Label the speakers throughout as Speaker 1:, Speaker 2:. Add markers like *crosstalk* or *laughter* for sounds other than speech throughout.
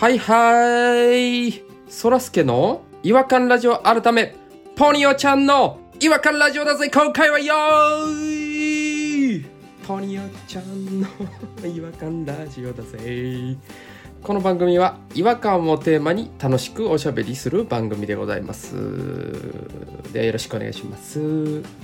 Speaker 1: はいはいそらすけの違和感ラジオ改めポニオちゃんの違和感ラジオだぜ今回はよーいポニオちゃんの *laughs* 違和感ラジオだぜこの番組は違和感をテーマに楽しくおしゃべりする番組でございますではよろしくお願いします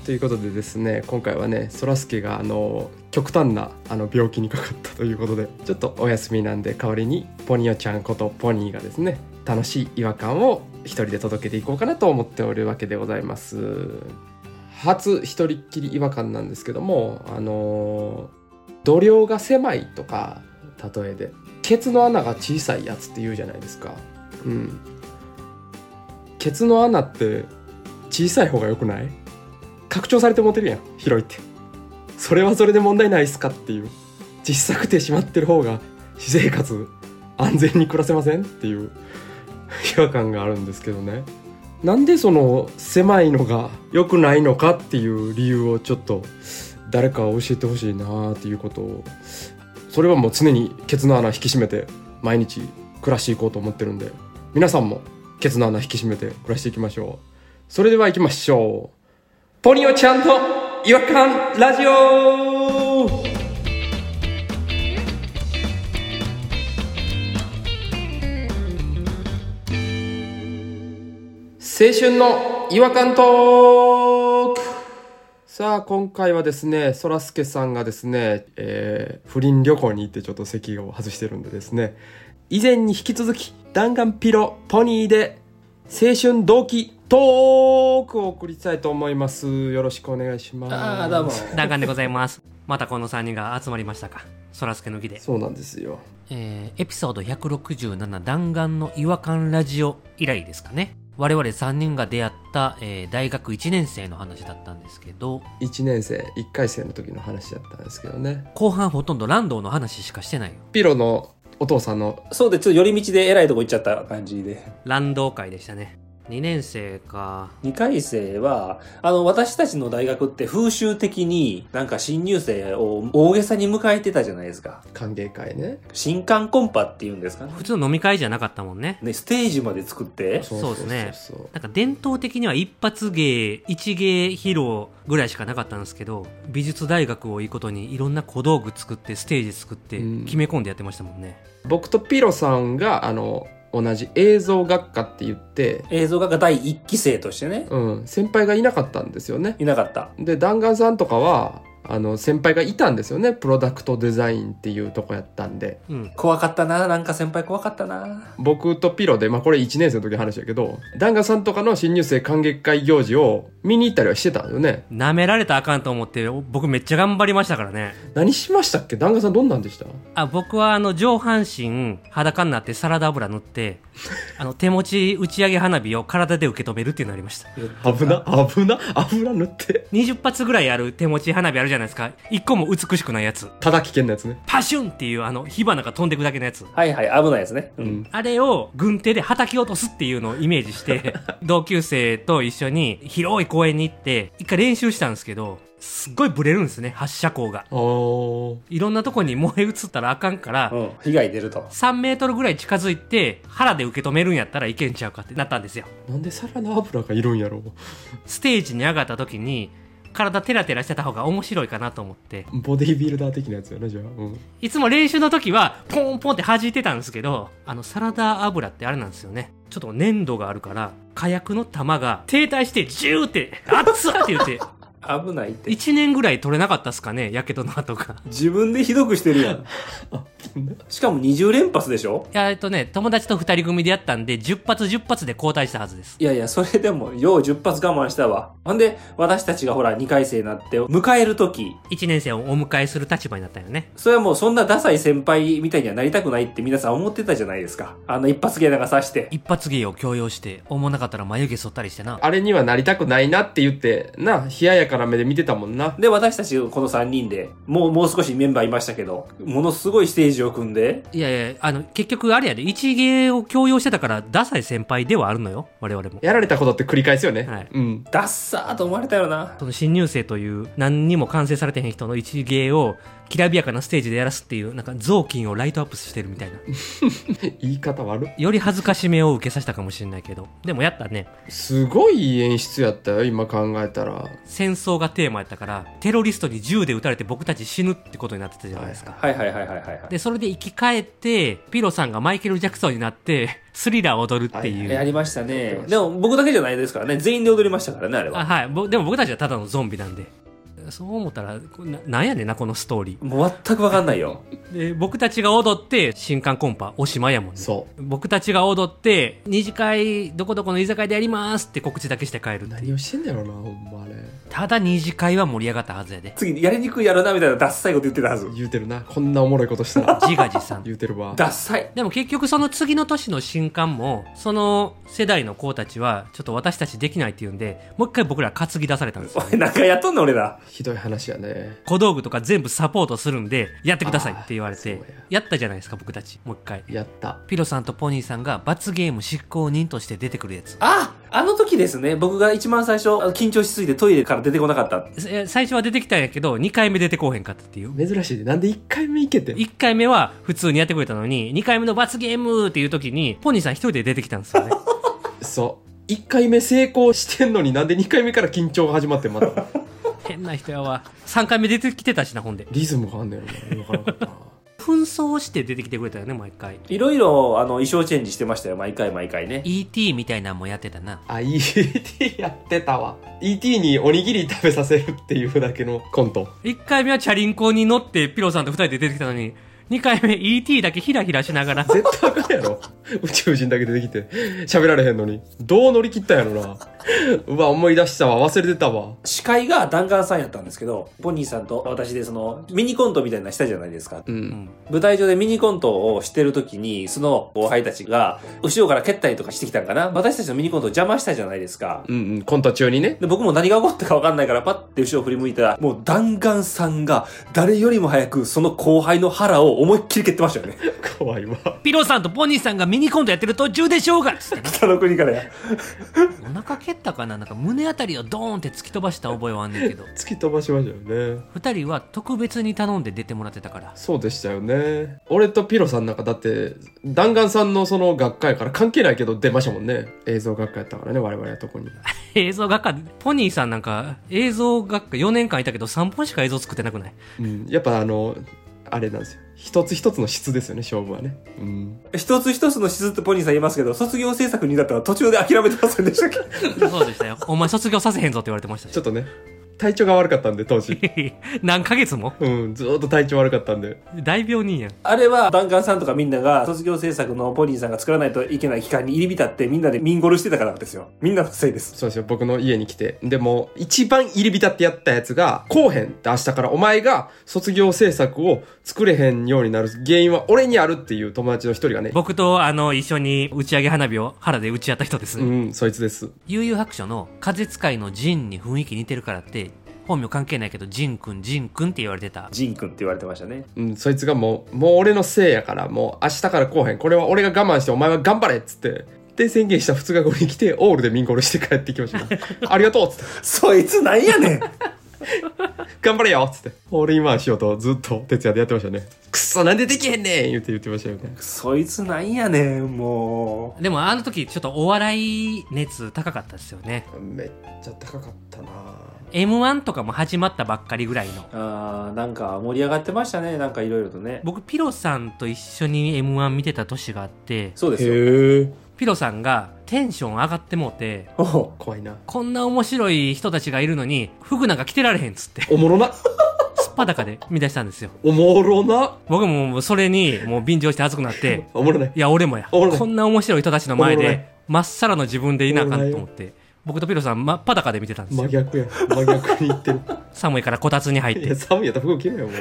Speaker 1: ということでですね今回はねそらすけがあの極端なあの病気にかかったということでちょっとお休みなんで代わりにポニオちゃんことポニーがですね楽しい違和感を一人で届けていこうかなと思っておるわけでございます初一人っきり違和感なんですけどもあの度量が狭いとか例えでケツの穴が小さいやつって言うじゃないですかうんケツの穴って小さい方が良くない拡張されて持てるやん広いってそれはそれで問題ないっすかっていう小さくてしまってる方が私生活安全に暮らせませんっていう違和感があるんですけどねなんでその狭いのが良くないのかっていう理由をちょっと誰か教えてほしいなーっていうことをそれはもう常にケツの穴引き締めて毎日暮らしていこうと思ってるんで皆さんもケツの穴引き締めて暮らしていきましょうそれでは行きましょうポニオちゃんの違和感ラジオ青春の違和感トークさあ今回はですねそらすけさんがですね、えー不倫旅行に行ってちょっと席を外してるんでですね以前に引き続き弾丸ピロポニーで青春同期トークを送りたいと思いますよろしくお願いします
Speaker 2: ああ、どうも。
Speaker 3: 弾丸でございます。またこの3人が集まりましたか。そらすけの木で。
Speaker 1: そうなんですよ
Speaker 3: えー、エピソード167弾丸の違和感ラジオ以来ですかね。我々3人が出会った、えー大学1年生の話だったんですけど、
Speaker 1: 1年生1回生の時の話だったんですけどね
Speaker 3: 後半ほとんどランドの話しかしてないよ。
Speaker 1: ピロのお父さんの
Speaker 2: そうで、ちょっと寄り道で偉いとこ行っちゃった感じで。
Speaker 3: ランド会でしたね。2年生か。
Speaker 2: 2回生は、あの、私たちの大学って風習的になんか新入生を大げさに迎えてたじゃないですか。
Speaker 1: 歓迎会ね
Speaker 2: 新刊コンパっていうんですかね。
Speaker 3: 普通の飲み会じゃなかったもんね。
Speaker 2: ね、ステージまで作って、
Speaker 3: そうですね
Speaker 1: そうそう
Speaker 3: なんか伝統的には一発芸、一芸披露ぐらいしかなかったんですけど、美術大学をいいことにいろんな小道具作って、ステージ作って、
Speaker 1: うん
Speaker 3: 決め込んでやってましたもんね。
Speaker 1: 僕とピロさんがあの同じ映像学科って言って、
Speaker 2: 映像学科第1期生としてね、
Speaker 1: うん、先輩がいなかったんですよね
Speaker 2: いなかった。
Speaker 1: で弾丸さんとかはあの先輩がいたんですよねプロダクトデザインっていうとこやったんで
Speaker 3: うん。
Speaker 2: 怖かったな、なんか先輩怖かったな。
Speaker 1: 僕とピロで、まあ、これ1年生の時の話やけど弾丸さんとかの新入生歓迎会行事を見に行ったりはしてたんよね
Speaker 3: 舐められたらあかんと思って、僕めっちゃ頑張りましたからね。
Speaker 1: 何しましたっけ弾丸さんどんなんでした
Speaker 3: あ、僕はあの上半身裸になってサラダ油
Speaker 1: *laughs*
Speaker 3: 塗って、あの手持ち打ち上げ花火を体で受け止めるっていうのありました。
Speaker 1: 危な危な油塗って
Speaker 3: 20発ぐらいある手持ち花火あるじゃないですか。1個も美しくないやつ。
Speaker 1: ただ危険なやつね
Speaker 3: パシュンっていうあの火花が飛んでくだけのやつ。
Speaker 2: はいはい、危ないですね。う。
Speaker 1: うんん
Speaker 3: あれを軍手で叩き落とすっていうのをイメージ
Speaker 2: *laughs*
Speaker 3: して、同級生と一緒に広い公園に行って、一回練習したんですけど、すっごいブレるんですね、発射光が。
Speaker 1: あー
Speaker 3: いろんなとこに燃え移ったらあかんから、
Speaker 2: うん、被害出ると。
Speaker 3: 3メートルぐらい近づいて腹で受け止めるんやったらいけんちゃうかってなったんですよ
Speaker 1: なんでサラダ油がいるんやろ
Speaker 3: ステージに上がった時に体テラテラしてた方が面白いかなと思って
Speaker 1: ボディービルダー的なやつよねじゃあ、うん、
Speaker 3: いつも練習の時はポンポンって弾いてたんですけどあのサラダ油ってあれなんですよねちょっと粘度があるから火薬の玉が停滞してジューって熱っって言って
Speaker 2: 危ないって。
Speaker 3: 1年ぐらい取れなかったっすかねやけどの跡が
Speaker 2: 自分でひどくしてるやん。しかも20連発でしょ
Speaker 3: いやえっとね友達と2人組でやったんで10発10発で交代したはずです
Speaker 2: いやいや、それでも、よう10発我慢したわ。ほんで、私たちがほら、2回生になって、迎えるとき、
Speaker 3: 1年生をお迎えする立場になったよね
Speaker 2: それはもうそんなダサい先輩みたいにはなりたくないって皆さん思ってたじゃないですか。あの一発芸なんかさして。
Speaker 3: 一発芸を強要して、思わなかったら眉毛剃ったりしてな。
Speaker 1: あれにはなりたくないなって言ってな冷ややかな目で見てたもんな
Speaker 2: で、私たちこの3人で、もう、もう少しメンバーいましたけど、ものすごいステージを組んで、
Speaker 3: いやいや、あの、結局あれやで、一芸を強要してたから、ダサい先輩ではあるのよ、我々も。
Speaker 1: やられたことって繰り返すよね、
Speaker 3: はい
Speaker 1: うん
Speaker 2: ダッサーと思われたよな。
Speaker 3: その新入生という、何にも完成されてへん人の一芸をきらびやかなステージでやらすっていうなんか雑巾をライトアップしてるみたいな
Speaker 1: 言い方悪っ
Speaker 3: より恥ずかしめを受けさせたかもしれないけどでもやったね
Speaker 1: すごいいい演出やったよ今考えたら
Speaker 3: 戦争がテーマやったからテロリストに銃で撃たれて僕たち死ぬってことになってたじゃないですか、
Speaker 2: はいはいはいはいはいはい。
Speaker 3: でそれで生き返ってピロさんがマイケル・ジャクソンになってスリラーを踊るっていう、
Speaker 2: やりました
Speaker 1: やって
Speaker 2: ね
Speaker 1: ま。し
Speaker 2: でも僕だけじゃないですからね。全員で踊りましたからね、あれ
Speaker 3: あ
Speaker 2: は。
Speaker 3: はいぼでも僕たちはただのゾンビなんでそう思ったらこななんやねんなこのストーリ
Speaker 2: もう全くわかんないよ。
Speaker 3: ーで僕たちが踊って新刊コンパおしまいやもんね
Speaker 1: そう
Speaker 3: 僕たちが踊って二次会どこどこの居酒屋でやりますって告知だけして帰るってい
Speaker 1: 何
Speaker 3: う
Speaker 1: をしてんだろうなほんまあれ
Speaker 3: ただ二次会は盛り上がったはずやで
Speaker 2: 次、やりにくいやろな、みたいなダッサいこと言ってたはず。
Speaker 1: 言うてるなこんなおもろいことした
Speaker 3: *laughs*
Speaker 1: ら
Speaker 3: 自画自賛
Speaker 1: 言うてるわ
Speaker 2: ダッサい。
Speaker 3: でも結局その次の年の新刊もその世代の子たちはちょっと私たちできないっていうんでもう一回僕ら担ぎ出されたんですよ
Speaker 2: おい、なんかやっとんの俺ら。
Speaker 1: ひどい話やね
Speaker 3: 小道具とか全部サポートするんでやってくださいって言われ
Speaker 1: あー
Speaker 3: て
Speaker 1: そうや
Speaker 3: やったじゃないですか僕たちもう一回
Speaker 1: やった
Speaker 3: ピロさんとポニーさんが罰ゲーム執行人として出てくるやつ
Speaker 2: ああの時ですね。僕が一番最初、あの緊張しすぎてトイレから出てこなかった。
Speaker 3: え最初は出てきたんやけど2回目出てこうへんかったっていう
Speaker 1: 珍しいねなんで1回目いけてん
Speaker 3: 1回目は普通にやってくれたのに2回目の罰ゲームっていう時にポニーさん一人で出てきたんですよ *laughs* ね
Speaker 1: そう1回目成功してんのになんで2回目から緊張が始まってんまた
Speaker 3: 変な人やわ3回目出てきてたしなほんで
Speaker 1: リズムがあんねやろな分からんかったな
Speaker 3: 紛争して出てきてくれたよね毎回
Speaker 2: いろいろ、あの、衣装チェンジしてましたよ。毎回毎回ね。
Speaker 3: ET みたいなんもやってたな
Speaker 1: あ ET やってたわ ET におにぎり食べさせるっていうだけのコント
Speaker 3: 1回目はチャリンコに乗ってピロさんと2人で出てきたのに2回目 ET だけヒラヒラしな *laughs* がら
Speaker 1: 絶対あかんやろ宇宙人だけ出てきて喋られへんのにどう乗り切ったんやろなうわ思い出したわ忘れてたわ
Speaker 2: 司会が弾丸さんやったんですけど、ポニーさんと私でその、ミニコントみたいなのしたじゃないですか。
Speaker 1: う
Speaker 3: うんん
Speaker 2: 舞台上でミニコントをしてる時に、その後輩たちが、後ろから蹴ったりとかしてきたんかな私たちのミニコントを邪魔したじゃないですか。
Speaker 1: うんうんコント中にね
Speaker 2: で、僕も何が起こったか分かんないから、パッて後ろ振り向いたら、もう弾丸さんが、誰よりも早くその後輩の腹を思いっきり蹴ってましたよね。 *laughs*
Speaker 1: 怖いわ
Speaker 3: ピロさんとポニーさんがミニコントやってる途中でしょうがつって
Speaker 2: 北の国からや。
Speaker 3: お腹蹴ったかななんか胸あたりをドーンって突き飛ばした覚えはあんねんけど
Speaker 1: 突き飛ばしましたよね
Speaker 3: 2人は特別に頼んで出てもらってたから
Speaker 1: そうでしたよね俺とピロさんなんかだって弾丸さんのその学会から関係ないけど出ましたもんね映像学会やったからね我々はとこに
Speaker 3: 映像学科ポニーさんなんか映像学科4年間いたけど3本しか映像作ってなくない
Speaker 1: うんやっぱあのあれなんですよ一つ一つの質ですよね勝負はねうん
Speaker 2: 一つ一つの質ってポニーさん言いますけど、卒業制作にだったら途中で諦めてませんでしたっけ
Speaker 3: そうでしたよ *laughs* お前卒業させへんぞって言われてました
Speaker 1: ちょっとね体調が悪かったんで当
Speaker 3: *laughs*
Speaker 1: 時
Speaker 3: し何ヶ月も
Speaker 1: うんずーっと体調悪かったんで
Speaker 3: 大病人やん
Speaker 2: *laughs* あれは、弾丸さんとかみんなが、卒業制作のポニーさんが作らないといけない期間に入り浸って、みんなでミンゴルしてたからですよ。みんなのせいです。
Speaker 1: そうですよ僕の家に来てでも一番入り浸ってやったやつが「こうへん」って明日からお前が卒業制作を作れへんようになる原因は俺にあるっていう友達の一人がね
Speaker 3: 僕とあの一緒に打ち上げ花火を原で打ち合った人です、
Speaker 1: うんそいつです
Speaker 3: 悠々白書の風使いのジンに雰囲気似てるからって本名関係ないけどジンくんジンくんって言われてた
Speaker 2: ジン君って言われてましたね。
Speaker 1: うん、そいつがもう、もう俺のせいやから、もう明日からこうへん。これは俺が我慢して、お前は頑張れっつって。で、宣言した2日後に来て、オールでミンゴルして帰ってきま *laughs* した。ありがとうっつって。
Speaker 2: そいつなんやねん
Speaker 1: 頑張れよっつって。ホールインワンしようとずっと徹夜でやってましたね。くっそ、なんでできへんねん言って言ってましたよね。
Speaker 2: *laughs* そいつなんやねん、も
Speaker 3: でもあの時ちょっとお笑い熱高かったですよね
Speaker 1: めっちゃ高かったな
Speaker 3: m 1とかも始まったばっかりぐらいの
Speaker 2: う。あー、なんか盛り上がってましたね、なんかいろいろとね。
Speaker 3: 僕ピロさんと一緒に m 1見てた年があって
Speaker 2: そうですよ。
Speaker 1: へえ。
Speaker 3: ピロさんがテンション上がってもうて
Speaker 2: おう
Speaker 1: 怖いな。
Speaker 3: こんな面白い人たちがいるのに服なんか着てられへんっつって
Speaker 1: おもろな。
Speaker 3: すっぱだかで *laughs* 見出したんですよ
Speaker 1: おもろな。
Speaker 3: 僕ももうそれにもう便乗して熱くなって
Speaker 1: *laughs* おもろない。
Speaker 3: いや、俺もや。
Speaker 1: 俺も
Speaker 3: こんな面白い人たちの前
Speaker 1: 俺も
Speaker 3: で
Speaker 1: ね、
Speaker 3: まっさらの自分でいなあかんと思って、僕とピロさん、真っ裸で見てたんです
Speaker 1: 真
Speaker 3: よ。
Speaker 1: 逆や。 *laughs* 真逆に言ってる。
Speaker 3: 寒いからこたつに入っ
Speaker 1: いや、
Speaker 3: て。
Speaker 1: 寒いやったら服着ろよ、もう。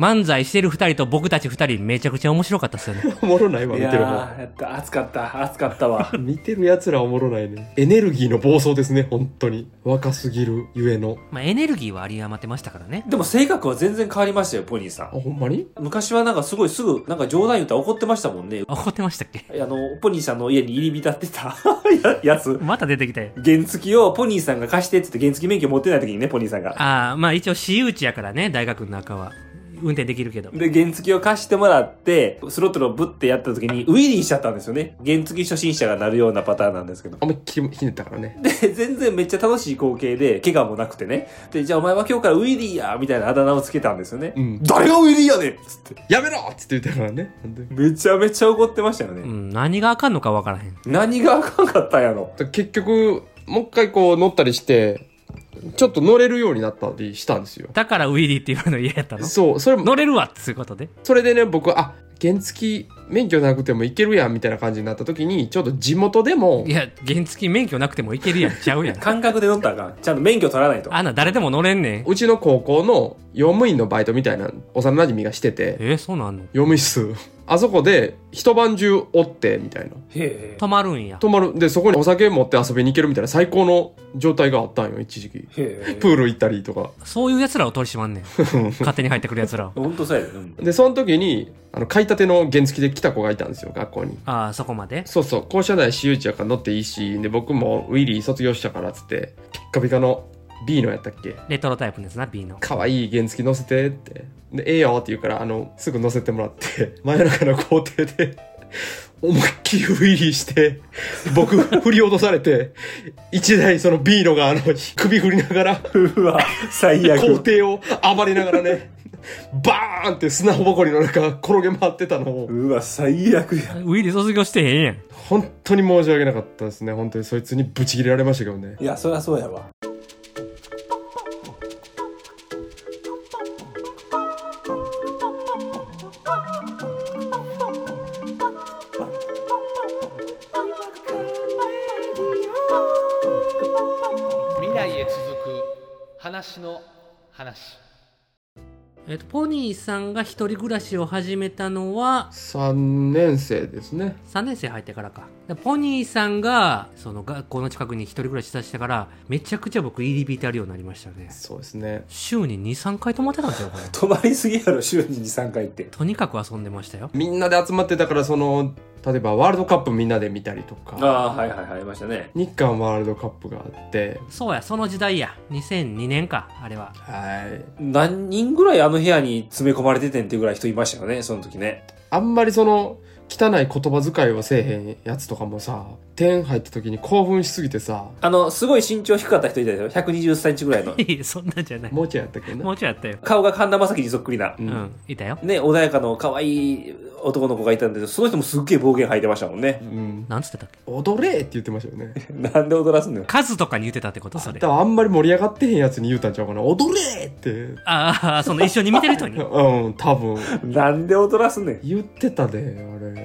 Speaker 3: 漫才してる二人と僕たち二人めちゃくちゃ面白かったですよね。
Speaker 1: おもろないわ
Speaker 2: い
Speaker 1: 見
Speaker 2: や
Speaker 1: てる方
Speaker 2: ーやった熱かった熱かったわ
Speaker 1: *laughs* 見てるやつらおもろないねエネルギーの暴走ですね本当に若すぎるゆえの
Speaker 3: まあエネルギーは有り余ってましたからね。
Speaker 2: でも性格は全然変わりましたよポニーさ
Speaker 1: あ
Speaker 2: ん
Speaker 1: ほんまに
Speaker 2: 昔はなんかすごいすぐなんか冗談言ったら怒ってましたもんね
Speaker 3: あ怒ってましたっけ
Speaker 2: あのポニーさんの家に入り浸ってた *laughs* ややつ
Speaker 3: また出てきたよ。
Speaker 2: 原付をポニーさんが貸してって言って原付免許持ってない時にねポニーさんが
Speaker 3: ああ、まあ一応私有地やからね、大学の中は。運転できるけど。
Speaker 2: で原付を貸してもらってスロットルをブッてやった時にウィリーしちゃったんですよね原付初心者がなるようなパターンなんですけど *laughs*
Speaker 1: 思いっきりひねったからね
Speaker 2: で、全然めっちゃ楽しい光景で、怪我もなくてね。で、じゃあお前は今日からウィリーやみたいなあだ名をつけたんですよね。
Speaker 1: うん
Speaker 2: 誰がウィリーやねんっつって。
Speaker 1: やめろっつって言ったからね本当に
Speaker 2: めちゃめちゃ怒ってましたよね。
Speaker 3: うん、何があかんのかわからへん。
Speaker 2: 何があかんかったんやろ。
Speaker 1: 結局もう一回こう乗ったりしてちょっと乗れるようになったりしたんですよ
Speaker 3: だからウィリーって言われるの嫌やったの
Speaker 1: そうそれ
Speaker 3: 乗れるわっつうことで。
Speaker 1: それでね僕あ原付免許なくてもいけるやんみたいな感じになった時にちょっと地元でも
Speaker 3: いや、原付免許なくてもいけるやん。ちゃうや *laughs* ん。
Speaker 2: 感覚で乗ったらあかん。ちゃんと免許取らないと。
Speaker 3: あんな誰でも乗れんねん。
Speaker 1: うちの高校の用務員のバイトみたいな幼馴染がしてて
Speaker 3: えー、そうなんの
Speaker 1: 用務員数あそこで一晩中おってみたいな
Speaker 2: へ
Speaker 3: 止まるんや。
Speaker 1: 泊まるでそこにお酒持って遊びに行けるみたいな最高の状態があったんよ一時期
Speaker 2: え。へえ。
Speaker 1: プール行ったりとか
Speaker 3: そういう奴らを取り締まん *laughs* ねん。勝手に入ってくる奴らを。
Speaker 2: ほんとそうやで。うん。
Speaker 1: でその時にあの買いたての原付で来た子がいたんですよ学校に
Speaker 3: ああ、そこまで。
Speaker 1: そうそう校舎内私有地やから乗っていいしで僕もウィリー卒業したからっつってピッカピカの B のやったっけ
Speaker 3: レトロタイプのやつな、B の。
Speaker 1: 可愛い原付乗せてって。で、ええよって言うから、あの、すぐ乗せてもらって、 *laughs* 真夜中の校庭で、思いっきりウィリーして、僕、振り落とされて、一台そのビーノが、あの、首振りながら、
Speaker 2: *laughs* うわ、最
Speaker 1: 校
Speaker 2: 悪。
Speaker 1: 庭を暴れながら *laughs* ね、バーンって砂ぼこりの中、転げ回ってたのを、
Speaker 2: うわ、最悪や。
Speaker 3: ウィリー卒業してへんやん。
Speaker 1: 本当に申し訳なかったですね。本当にそいつにブチ切れられましたけどね。
Speaker 2: いや、そりゃそうやわ。
Speaker 4: 未来へ続く話の話
Speaker 3: えっと、ポニーさんが一人暮らしを始めたのは、
Speaker 1: 3年生ですね。
Speaker 3: 3年生入ってからか。でポニーさんが、その学校の近くに一人暮らしさせてから、めちゃくちゃ僕入り浸るようになりましたね。
Speaker 1: そうですね。
Speaker 3: 週に2、3回泊まってたんですよ、これ。
Speaker 2: 泊まりすぎやろ、週に2、3回って。
Speaker 3: とにかく遊んでましたよ。
Speaker 1: みんなで集まってたから、その、例えばワールドカップみんなで見たりとか。
Speaker 2: ああー、はいはいはい、ありましたね。
Speaker 1: 日韓ワールドカップがあって、
Speaker 3: そうや、その時代や。2002年か、あれは。
Speaker 1: はい。
Speaker 2: 何人ぐらいあの部屋に詰め込まれててんっていうぐらい人いましたよね、その時ね。
Speaker 1: あんまりその、汚い言葉遣いをせえへんやつとかもさ、点入った時に興奮しすぎてさ、
Speaker 2: あの、すごい身長低かった人いたでしょ ?120 センチぐらいの。
Speaker 3: *laughs* いやそんなんじゃない。
Speaker 1: もうちょいやったっけな。
Speaker 3: もうちょいやったよ。
Speaker 2: 顔が神田正輝にそっくりな
Speaker 1: う。
Speaker 3: うんん、いたよ。
Speaker 2: ね、穏やかの可愛い男の子がいたんだけど、その人もすっげえ暴言吐いてましたもんね
Speaker 1: う。ん。
Speaker 3: なんつってたっけ
Speaker 1: 踊れって言ってましたよね。
Speaker 2: *laughs* なんで踊らすんのよ。
Speaker 3: 数とかに言ってたってことそれ。
Speaker 1: だか
Speaker 3: あ
Speaker 1: らあんまり盛り上がってへんやつに言うたんちゃうかな。踊れって。
Speaker 3: あー、その一緒に見てる *laughs* 人に。
Speaker 1: うん、多分。
Speaker 2: なんで踊らすんねん。
Speaker 1: 言ってたで、あれ。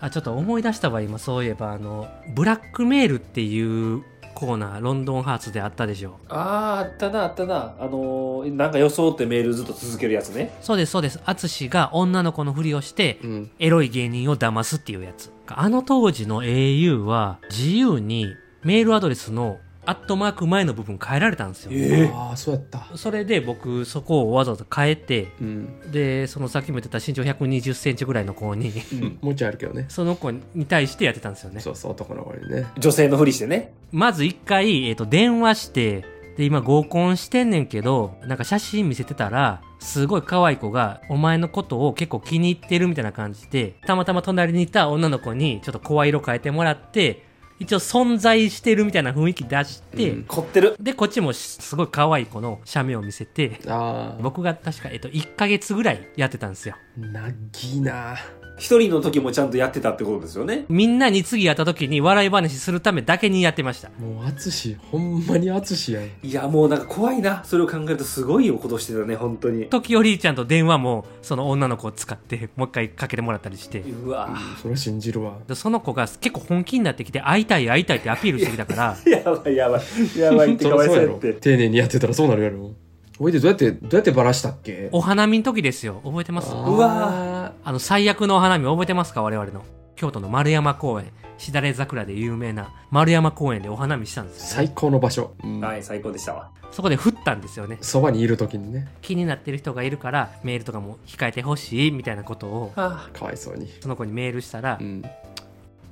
Speaker 3: あ、ちょっと思い出したわ、今、そういえば、あの、ブラックメールっていうコーナー、ロンドンハーツであったでしょ。
Speaker 2: あー、あったな、あったな。あのー、なんか装ってメールずっと続けるやつね。
Speaker 3: そうです、そうです。アツシが女の子のふりをして、
Speaker 1: うん。
Speaker 3: エロい芸人を騙すっていうやつ。あの当時の au は、自由にメールアドレスのアットマーク前の部分変えられたんですよ。
Speaker 2: え
Speaker 1: ああ、そうやった。
Speaker 3: それで僕、そこをわざわざ変えて、
Speaker 1: うん。
Speaker 3: で、そのさっきも言ってた身長120センチぐらいの子に、
Speaker 1: もうちょいあるけどね。
Speaker 3: その子に対してやってたんですよね。
Speaker 1: そうそう、男の子にね。
Speaker 2: 女性のふりしてね。
Speaker 3: まず一回、えっ、と、電話して、で、今合コンしてんねんけど、なんか写真見せてたら、すごい可愛い子が、お前のことを結構気に入ってるみたいな感じで、たまたま隣にいた女の子に、ちょっと声色変えてもらって、一応存在してるみたいな雰囲気出して、
Speaker 1: うん
Speaker 2: 凝ってる。
Speaker 3: で、こっちもすごい可愛い子の写メを見せて、
Speaker 1: ああ。
Speaker 3: 僕が確か、えっ、と、1ヶ月ぐらいやってたんですよ。
Speaker 1: なぎな。
Speaker 2: 一人の時もちゃんとやってたってことですよね。
Speaker 3: みんなに次やった時に笑い話するためだけにやってました。
Speaker 1: もう、淳、ほんまに淳やん。
Speaker 2: いや、もうなんか怖いな。それを考えるとすごいことしてたね、本当に。
Speaker 3: 時折ちゃんと電話も、その女の子を使って、もう一回かけてもらったりして。
Speaker 2: うわ
Speaker 1: それ信じるわ。
Speaker 3: でその子が結構本気になってきて、会いたい会い
Speaker 1: *laughs*
Speaker 3: たいってアピールしてきたから、
Speaker 2: やばいやばい。やばいってかわいそうやって。
Speaker 1: 丁寧にやってたらそうなるやろほいでどうやってどうやってバラしたっけ
Speaker 3: お花見の時ですよ。覚えてます
Speaker 1: あー
Speaker 2: うわ
Speaker 3: あの、最悪のお花見覚えてますか我々の。京都の丸山公園。しだれ桜で有名な丸山公園でお花見したんですよ、ね。
Speaker 1: 最高の場所、うん
Speaker 2: はい、最高でしたわ。
Speaker 3: そこで降ったんですよね。
Speaker 1: そばにいる時にね
Speaker 3: 気になってる人がいるから、メールとかも控えてほしい、みたいなことを、
Speaker 2: は
Speaker 1: かわいそうに、
Speaker 3: その子にメールしたら
Speaker 1: う、ん、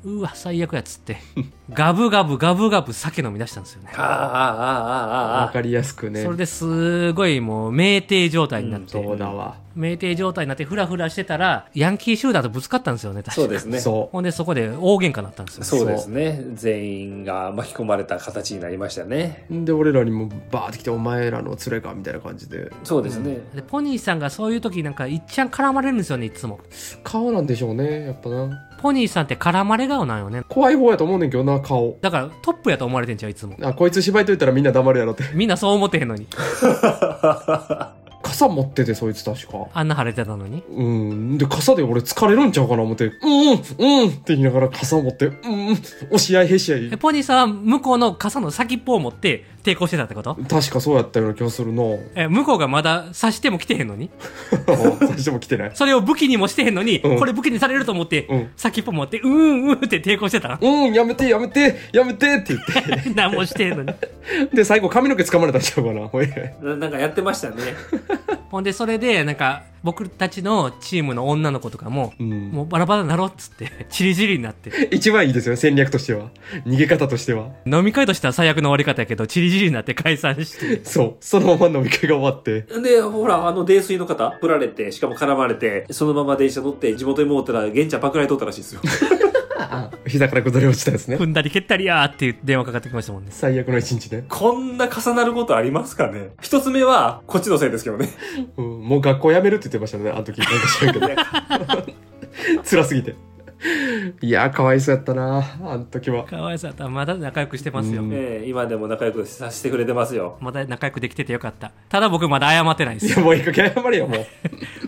Speaker 3: うわ、最悪やっつって、ガブガブガブガブ酒飲み出したんですよね
Speaker 2: あ、。ああ、ああ、あ
Speaker 1: わ
Speaker 2: あ、
Speaker 1: かりやすくね
Speaker 3: それですごいもう、酩酊状態になって、
Speaker 1: そうだわ、
Speaker 3: 酩酊状態になって、フラフラしてたら、ヤンキー集団とぶつかったんですよね、確か
Speaker 2: そうですね。そ
Speaker 1: そう
Speaker 3: ほんで、そこで大喧嘩になったんですよ。
Speaker 2: うですね。全員が巻き込まれた形になりましたね。
Speaker 1: んで俺らにもバーってきてお前らの連れかみたいな感じで
Speaker 2: そうですね。
Speaker 3: でポニーさんがそういう時なんかいっちゃん絡まれるんですよねいつも
Speaker 1: 顔なんでしょうねやっぱな
Speaker 3: ポニーさんって絡まれ顔なんよね
Speaker 1: 怖い方やと思うねんけどな顔
Speaker 3: だからトップやと思われてんちゃういつも
Speaker 1: あこいつ芝居といたらみんな黙るやろって
Speaker 3: みんなそう思ってへんのに
Speaker 1: 傘持っててそいつ確か
Speaker 3: あんな晴れてたのに
Speaker 1: うんで傘で俺疲れるんちゃうかな思ってうんうんって言いながら傘持ってうんうん押し合いへし合い
Speaker 3: でポニーさんは向こうの傘の先っぽを持って抵抗してたってこと
Speaker 1: 確かそうやったような気がするな *laughs*
Speaker 3: え向こうがまだ刺しても来てへんのに
Speaker 1: 最初も来てない
Speaker 3: それを武器にもしてへんのに、
Speaker 1: うん
Speaker 3: これ武器にされると思って、
Speaker 1: うん
Speaker 3: 先っぽ持ってうーんうーんって抵抗してた
Speaker 1: うんやめてやめてやめてって言っ
Speaker 3: *laughs* 何もしてへんのに
Speaker 1: てで最後髪の毛掴まれたんちゃうかなほいで
Speaker 2: ななんかやってましたね。
Speaker 3: ほんでそれでなんか僕たちのチームの女の子とかも、
Speaker 1: うん
Speaker 3: もうバラバラになろうっつって *laughs* チリチリになって
Speaker 1: 一番いいですよ戦略としては逃げ方としては
Speaker 3: 飲み会としては最悪の終わり方やけど、チリチリになって解散
Speaker 1: *laughs*
Speaker 3: して。
Speaker 1: そうそのまま飲み会が終わって
Speaker 2: で、ほら、あの、泥酔の方、振られて、しかも絡まれて、そのまま電車乗って、地元に戻ったら、現地はパクられとったらしいですよ。
Speaker 1: 膝から崩れ落ちたですね
Speaker 3: 踏んだり蹴ったりやーっていう電話かかってきましたもんね。
Speaker 1: 最悪の一日ね、
Speaker 2: こんな重なることありますかね一つ目は、こっちのせいですけどね。
Speaker 1: うん、もう学校辞めるって言ってましたねあの時なんか知らんけど辛すぎていやーかわいそうやったなあの時は
Speaker 3: かわいそうだった。まだ仲良くしてますよ。
Speaker 1: うん
Speaker 2: ええ今でも仲良くさせてくれてますよ。
Speaker 3: まだ仲良くできててよかった。ただ僕まだ謝ってないで
Speaker 1: い
Speaker 3: す
Speaker 1: *laughs* や。もういいかけ謝れよもう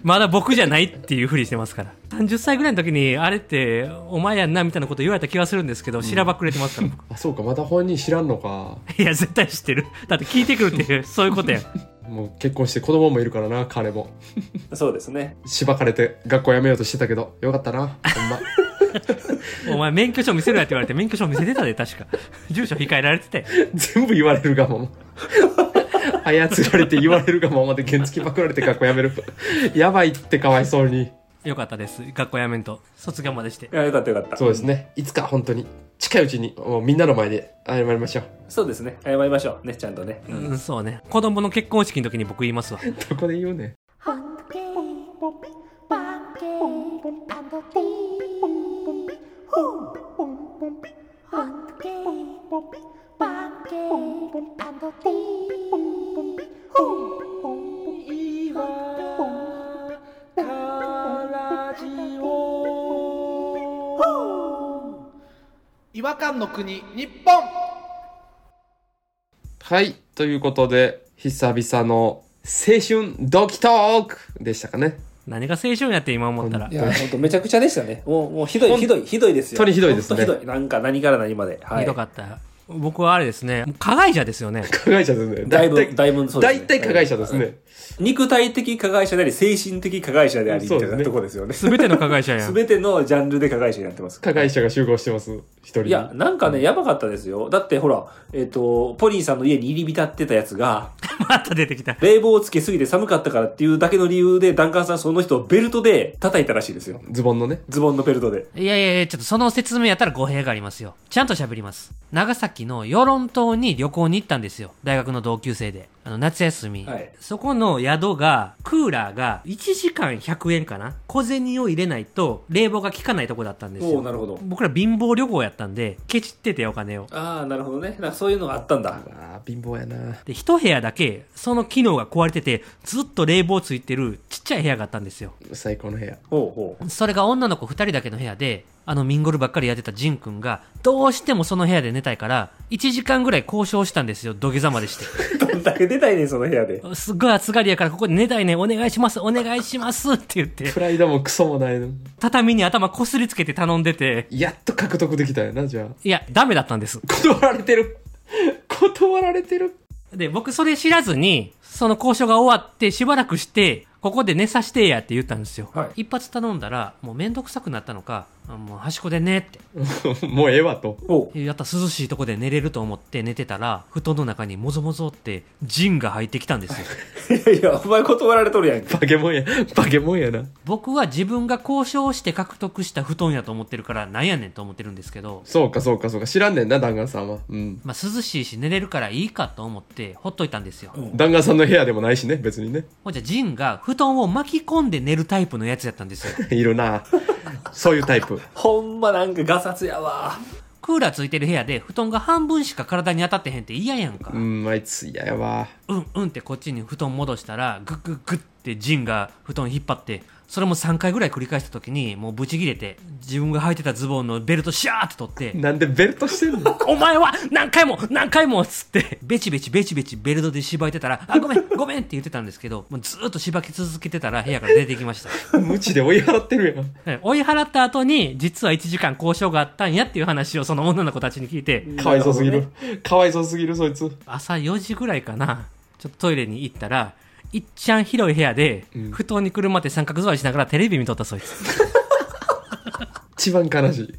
Speaker 3: まだ僕じゃないっていうふりしてますから。30歳ぐらいの時に、あれって、お前やんなみたいなこと言われた気がするんですけど、しらばっくれてますから、僕
Speaker 1: あそうかまた本人知らんのか
Speaker 3: いや、絶対知ってる。だって聞いてくるって、そういうことやん。
Speaker 1: もう結婚して子供もいるからな彼も
Speaker 2: そうですね。
Speaker 1: しばかれて学校辞めようとしてたけどよかったなほんま
Speaker 3: お前免許証見せるやって言われて、免許証見せてたで、確か。 *laughs* 住所控えられてて。
Speaker 1: 全部言われるがまま操られて言われるがままで原付きパクられて学校辞めるやばいってかわいそうに
Speaker 3: よかったです。学校やめんと。卒業までして。
Speaker 2: いやよかったよかった。
Speaker 1: そうですねいつか本当に近いうちにもうみんなの前で謝りましょう
Speaker 2: そうですね。謝りましょう。ね、ちゃんとね。
Speaker 3: うん、そうね。子供の結婚式の時に僕言いますわ。
Speaker 1: どこで言うねん
Speaker 5: Hungry,
Speaker 4: 違和感の国日本
Speaker 1: はいということで久々の青春ドキトークでしたかね
Speaker 3: 何が青春やって今思ったら
Speaker 2: い。や、ほんとめちゃくちゃでしたね。もう、もうひどい、ひどい、ひどいですよ。
Speaker 1: 本当にひどいですね
Speaker 2: ほんとひどい。なんか何から何まで。は
Speaker 3: ひ
Speaker 2: い
Speaker 3: ど。かった。僕はあれですね、もう加害者ですよね。
Speaker 1: 加害者ですね
Speaker 2: だい
Speaker 1: 大体
Speaker 2: ぶ、だいぶそうです、ね。
Speaker 1: 大体加害者ですね、
Speaker 2: 肉体的加害者であり、精神的加害者であり、みた
Speaker 1: そう
Speaker 2: い
Speaker 1: です
Speaker 2: な
Speaker 1: ね
Speaker 2: とこですよね。
Speaker 3: すべての加害者や
Speaker 2: す
Speaker 3: ん。
Speaker 2: べてのジャンルで加害者になってます。
Speaker 1: 加害者が集合してます一人
Speaker 2: いや、なんかね、やばかったですよ。だってほら、えっ、と、ポニーさんの家に入り浸ってたやつが、
Speaker 3: *laughs* また出てきた。
Speaker 2: 冷房をつけすぎて寒かったからっていうだけの理由で、ダンカンさんその人をベルトで叩いたらしいですよ。
Speaker 1: ズボンのね
Speaker 2: ズボンのベルトで。
Speaker 3: いやいやいや、ちょっとその説明やったら語弊がありますよ。ちゃんと喋ります。長崎の与論島に旅行に行ったんですよ。大学の同級生で。あの、夏休み。
Speaker 2: はい
Speaker 3: そこの宿が、クーラーが1時間100円かな小銭を入れないと冷房が効かないとこだったんです
Speaker 2: おお
Speaker 3: よ
Speaker 2: ー。なるほど。
Speaker 3: 僕ら貧乏旅行やったんで、ケチっててお金を。
Speaker 2: ああ、なるほどね。なんかそういうのがあったんだ。
Speaker 1: あー貧乏やな
Speaker 3: で、一部屋だけ、その機能が壊れてて、ずっと冷房ついてるちっちゃい部屋があったんですよ。
Speaker 1: 最高の部屋
Speaker 2: ほうほう。
Speaker 3: それが女の子二人だけの部屋で、あのミンゴルばっかりやってたジンくんが、どうしてもその部屋で寝たいから、1時間ぐらい交渉したんですよ、土下座までして。
Speaker 2: どんだけ出たいねん、その部屋で。
Speaker 3: すっごい暑がりやから、ここで寝たいね、お願いします、お願いしますって言って
Speaker 1: プ、ライドもクソもないの
Speaker 3: 畳に頭こすりつけて頼んでて、
Speaker 1: やっと獲得できたよなじゃあ
Speaker 3: いや、ダメだったんです。
Speaker 1: 断られてる *laughs* 断られてる
Speaker 3: で、僕それ知らずに、その交渉が終わって、しばらくして、ここで寝さしてやって言ったんですよ。
Speaker 2: は
Speaker 3: 一発頼んだら、もうめんどくさくなったのか、あもう端っこでねって。
Speaker 1: もうええわと。
Speaker 2: お
Speaker 3: やったら涼しいとこで寝れると思って寝てたら、布団の中にもぞもぞって、ジンが入ってきたんですよ。
Speaker 2: *laughs* いやいや、お前断られとるやんけ。
Speaker 1: バケモンや、バケモンやな。
Speaker 3: 僕は自分が交渉して獲得した布団やと思ってるから、なんやねんと思ってるんですけど、
Speaker 1: そうかそうかそうか、知らんねんな、弾丸さんは。うん。
Speaker 3: まあ、涼しいし寝れるからいいかと思って、ほっといたんですよ。
Speaker 2: うん
Speaker 1: 弾丸さんの部屋でもないしね、別にね。 *laughs*
Speaker 3: ほんじゃ、ジンが布団を巻き込んで寝るタイプのやつやったんですよ。
Speaker 1: いるな。そういうタイプ。
Speaker 2: ほんまなんかガサツやわ。
Speaker 3: クーラーついてる部屋で布団が半分しか体に当たってへんって嫌やんか
Speaker 1: う。ん、あいつ嫌やわ。
Speaker 3: うんうんってこっちに布団戻したら、グッグッグッってジンが布団引っ張って、それも3回ぐらい繰り返した時に、もうブチギレて、自分が履いてたズボンのベルトシャーって取って、
Speaker 1: なんでベルトしてんの
Speaker 3: お前は何回も何回もっつって、ベチベチベチベチベルトで縛いてたら、あ、ごめんごめんって言ってたんですけど、もうずーっと縛き続けてたら部屋から出てきました。 *laughs*
Speaker 1: 無知で追い払ってるやん。
Speaker 3: はい追い払った後に、実は1時間交渉があったんやっていう話をその女の子たちに聞いて、
Speaker 1: かわいそうすぎる。かわいそうすぎる、そいつ。
Speaker 3: 朝4時ぐらいかな、ちょっとトイレに行ったら、いっちゃん広い部屋で、布団にくるまって三角座りしながらテレビ見とったそいつ。
Speaker 1: 一番悲しい。
Speaker 3: *laughs*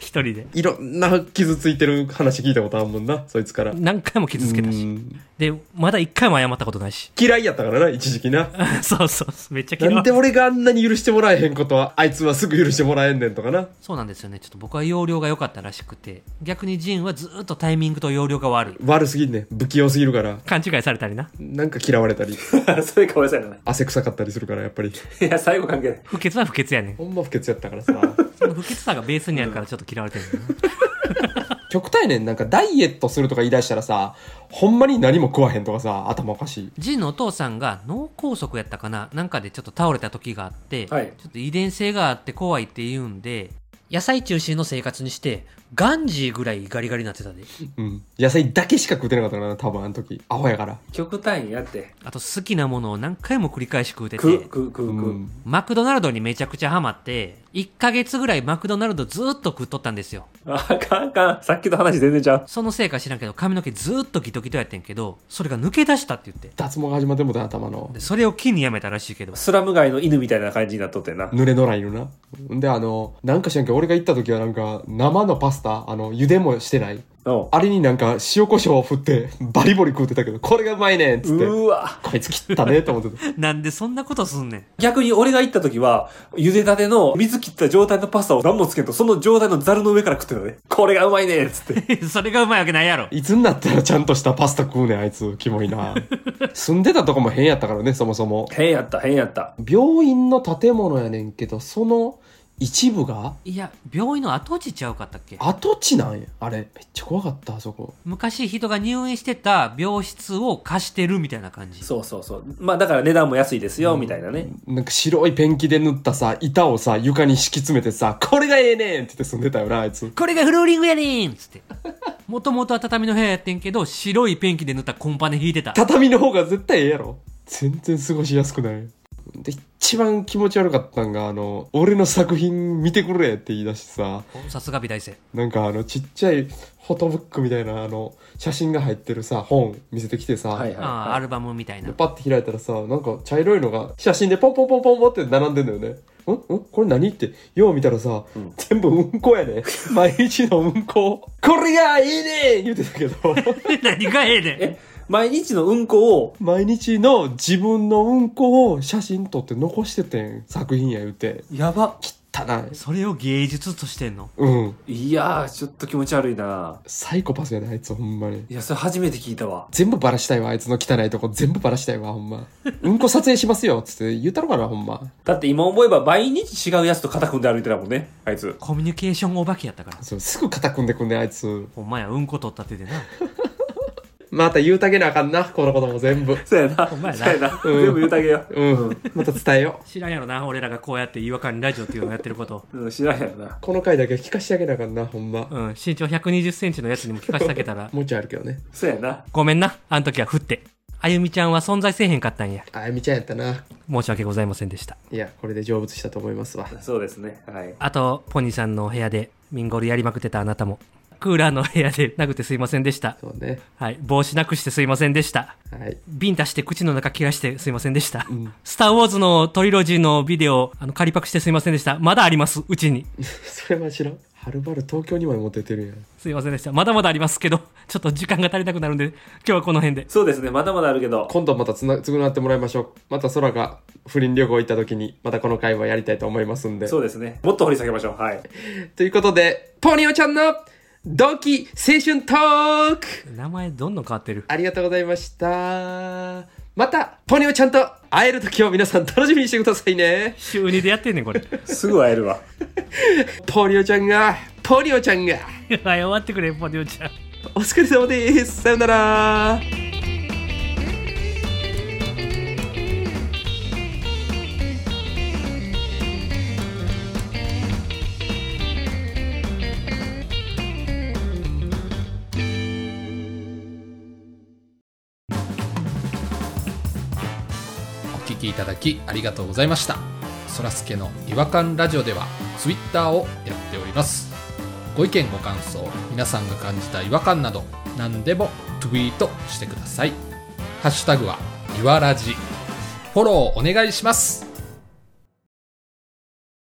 Speaker 3: 一人で。
Speaker 1: いろんな傷ついてる話聞いたことあんもんな、そいつから。
Speaker 3: 何回も傷つけた
Speaker 1: う
Speaker 3: し。
Speaker 1: ん
Speaker 3: で、まだ一回も謝ったことないし。 *laughs*
Speaker 1: 嫌いやったからな、一時期な。
Speaker 3: そうそうそう、めっちゃ嫌
Speaker 1: なん
Speaker 3: い
Speaker 1: で。俺があんなに許してもらえへんことは、あいつはすぐ許してもらえんねんとかな。
Speaker 3: そうなんですよね。ちょっと僕は容量が良かったらしくて、逆にジンはずーっとタイミングと容量が悪い。
Speaker 1: 悪すぎんねん。不器用すぎるから。
Speaker 3: 勘違いされたりな。
Speaker 1: なんか嫌われたり、
Speaker 2: *laughs* それかわいそうやな。
Speaker 1: 汗臭かったりするから、やっぱり。
Speaker 2: いや、最後関係ない。
Speaker 3: 不潔は不潔やねん。
Speaker 1: ほんま不潔やったからさ。
Speaker 3: その不潔さがベースにあるからちょっと嫌われてるんだよな。
Speaker 1: 極端やねん。なんかダイエットするとか言い出したらさ、ほんまに何も食わへんとかさ、頭おかしい。
Speaker 3: ジンのお父さんが脳梗塞やったかななんかでちょっと倒れた時があって、
Speaker 2: はい
Speaker 3: ちょっと遺伝性があって怖いって言うんで、野菜中心の生活にして、ガンジーぐらいガリガリになってたで。
Speaker 1: うん。野菜だけしか食うてなかったからな、多分あの時。アホやから。
Speaker 2: 極端やって。
Speaker 3: あと好きなものを何回も繰り返し食うてて、
Speaker 2: く、く、く、く。
Speaker 1: うん。
Speaker 3: マクドナルドにめちゃくちゃハマって、1ヶ月ぐらいマクドナルドずーっと食っとったんですよ。
Speaker 2: あ、あかんあかん。さっきと話全然ちゃう。
Speaker 3: そのせいか知らんけど髪の毛ずーっとギトギトやってんけど、それが抜け出したって言って。
Speaker 1: 脱毛が始まってもうた頭の
Speaker 3: で。それを機にやめたらしいけど、 *laughs*
Speaker 2: スラム街の犬みたいな感じになっとってな。
Speaker 1: 濡れ野良いるな。んで、あの、なんか知らんけど、俺が行った時はなんか、生のパスタ、あの、茹でもしてない。
Speaker 2: おう
Speaker 1: あれになんか、塩コショウを振って、バリバリ食うてたけど、これがうまいねんっつって。
Speaker 2: うわ。
Speaker 1: こいつ切ったねと思ってた。
Speaker 3: なんでそんなことすんねん。
Speaker 2: 逆に俺が行った時は、茹でたての水切った状態のパスタを何もつけんと、その状態のザルの上から食ってたね。これがうまいねっつって。
Speaker 3: *laughs* それがうまいわけないやろ。
Speaker 1: いつになったらちゃんとしたパスタ食うねん、あいつ。キモいな。住んでたとこも変やったからね、そもそも。
Speaker 2: 変やった、変やった。
Speaker 1: 病院の建物やねんけど、その一部が
Speaker 3: いや、病院の跡地ちゃうかったっけ
Speaker 1: 跡地なんや。あれ、めっちゃ怖かった、あそこ。
Speaker 3: 昔人が入院してた病室を貸してるみたいな感じ。
Speaker 2: そうそうそう。まあだから値段も安いですよ、みたいなね。
Speaker 1: なんか白いペンキで塗ったさ、板をさ、床に敷き詰めてさ、これがええねんって言って住んでたよな、あいつ。
Speaker 3: これがフローリングやねんつって。もともとは畳の部屋やってんけど、白いペンキで塗ったコンパネ引いてた。
Speaker 1: 畳の方が絶対ええやろ。全然過ごしやすくない。で、一番気持ち悪かったんが、あの、俺の作品見てくれって言い出してさ、
Speaker 3: おさすが美大生。
Speaker 1: なんかあの、ちっちゃいフォトブックみたいな、あの、写真が入ってるさ、本見せてきてさ、
Speaker 2: はいはい、
Speaker 3: ああ、
Speaker 2: は
Speaker 3: ア
Speaker 2: い。
Speaker 3: ルバムみたいな *laughs*
Speaker 1: で。パッて開いたらさなんか茶色いのが写真でポンポンポンポンポンって並んでんだよねんんこれ何ってよう見たらさ、
Speaker 2: ん
Speaker 1: 全部うんこやね *laughs* 毎日のうんここれがいいね言うてたけど *laughs*
Speaker 3: 何がええねん。
Speaker 2: え、毎日のうんこを、
Speaker 1: 毎日の自分のうんこを写真撮って残しててん作品や言うて
Speaker 2: やば。
Speaker 1: 汚い
Speaker 3: それを芸術としてんの。
Speaker 1: うん
Speaker 2: いやー、ちょっと気持ち悪いな
Speaker 1: サイコパスやねあいつほんまに
Speaker 2: いや、それ初めて聞いたわ。
Speaker 1: 全部バラしたいわあいつの汚いとこ全部バラしたいわほんまうんこ撮影しますよっつって言うたろかなほんま
Speaker 2: だって今思えば毎日違うやつと肩組んで歩いてたもんね、あいつ。
Speaker 3: コミュニケーションお化けやったから。
Speaker 1: そうすぐ肩組んでくんねあいつ
Speaker 3: ほんまや、うんこ取った手でな。
Speaker 1: また言うたげなあかんなこのことも全部
Speaker 2: そうやな。
Speaker 3: んまやな
Speaker 2: そうやな。
Speaker 1: うん
Speaker 2: 全部言うてあげよ
Speaker 1: うん。また伝えよ
Speaker 3: 知らんやろな、俺らがこうやって違和感ラジオっていうのをやってること。
Speaker 2: う。うん、知らんやろな
Speaker 1: う。。この回だけ聞かしてあげなあかんな、ほんま。
Speaker 3: うん、身長120センチのやつにも聞かせてあげたら、
Speaker 1: もうちょいあるけどね。
Speaker 2: そうやな。
Speaker 3: ごめんな、あの時は振って。あゆみちゃんは存在せえへんかったんや。
Speaker 1: あやみちゃんやったな。
Speaker 3: 申し訳ございませんでした。
Speaker 1: いや、これで成仏したと思いますわ。
Speaker 2: そうですね。はい。
Speaker 3: あと、ポニーさんのお部屋でミンゴルやりまくってたあなたも、クーラーの部屋でなくてすいませんでした。
Speaker 1: そうね。
Speaker 3: はい。帽子なくしてすいませんでした。
Speaker 1: はい。 *laughs*
Speaker 3: 瓶出して口の中切らしてすいませんでした。
Speaker 1: ん
Speaker 3: スター・ウォーズのトリロジーのビデオ、あの、仮パクしてすいませんでした。まだあります。うちに。
Speaker 1: それは知らん。はるばる東京にまで持ってってるやん。
Speaker 3: すいませんでした。まだまだありますけど、ちょっと時間が足りなくなるんで、今日はこの辺で。
Speaker 2: そうですね、まだまだあるけど。
Speaker 1: 今度またつな償ってもらいましょう。また空が不倫旅行行った時に、またこの会話やりたいと思いますんで。
Speaker 2: そうですね。もっと掘り下げましょう。はい。
Speaker 1: ということで、ポニオちゃんのドキ青春トーク
Speaker 3: 名前どんどん変わってる。
Speaker 1: ありがとうございました。また、ポニオちゃんと会える時を皆さん楽しみにしてくださいね。
Speaker 3: 週2でやってんねん、これ。 *laughs*
Speaker 2: すぐ会えるわ。
Speaker 1: ポニオちゃんが、ポニオちゃんが、
Speaker 3: はい、終わってくれ、ポニョちゃん。
Speaker 1: お疲れ様です。さよなら。
Speaker 6: お聞きいただきありがとうございましたそらすけの違和感ラジオではツイッターをやっておりますご意見ご感想皆さんが感じた違和感など何でもツイートしてくださいハッシュタグはいわらじフォローお願いします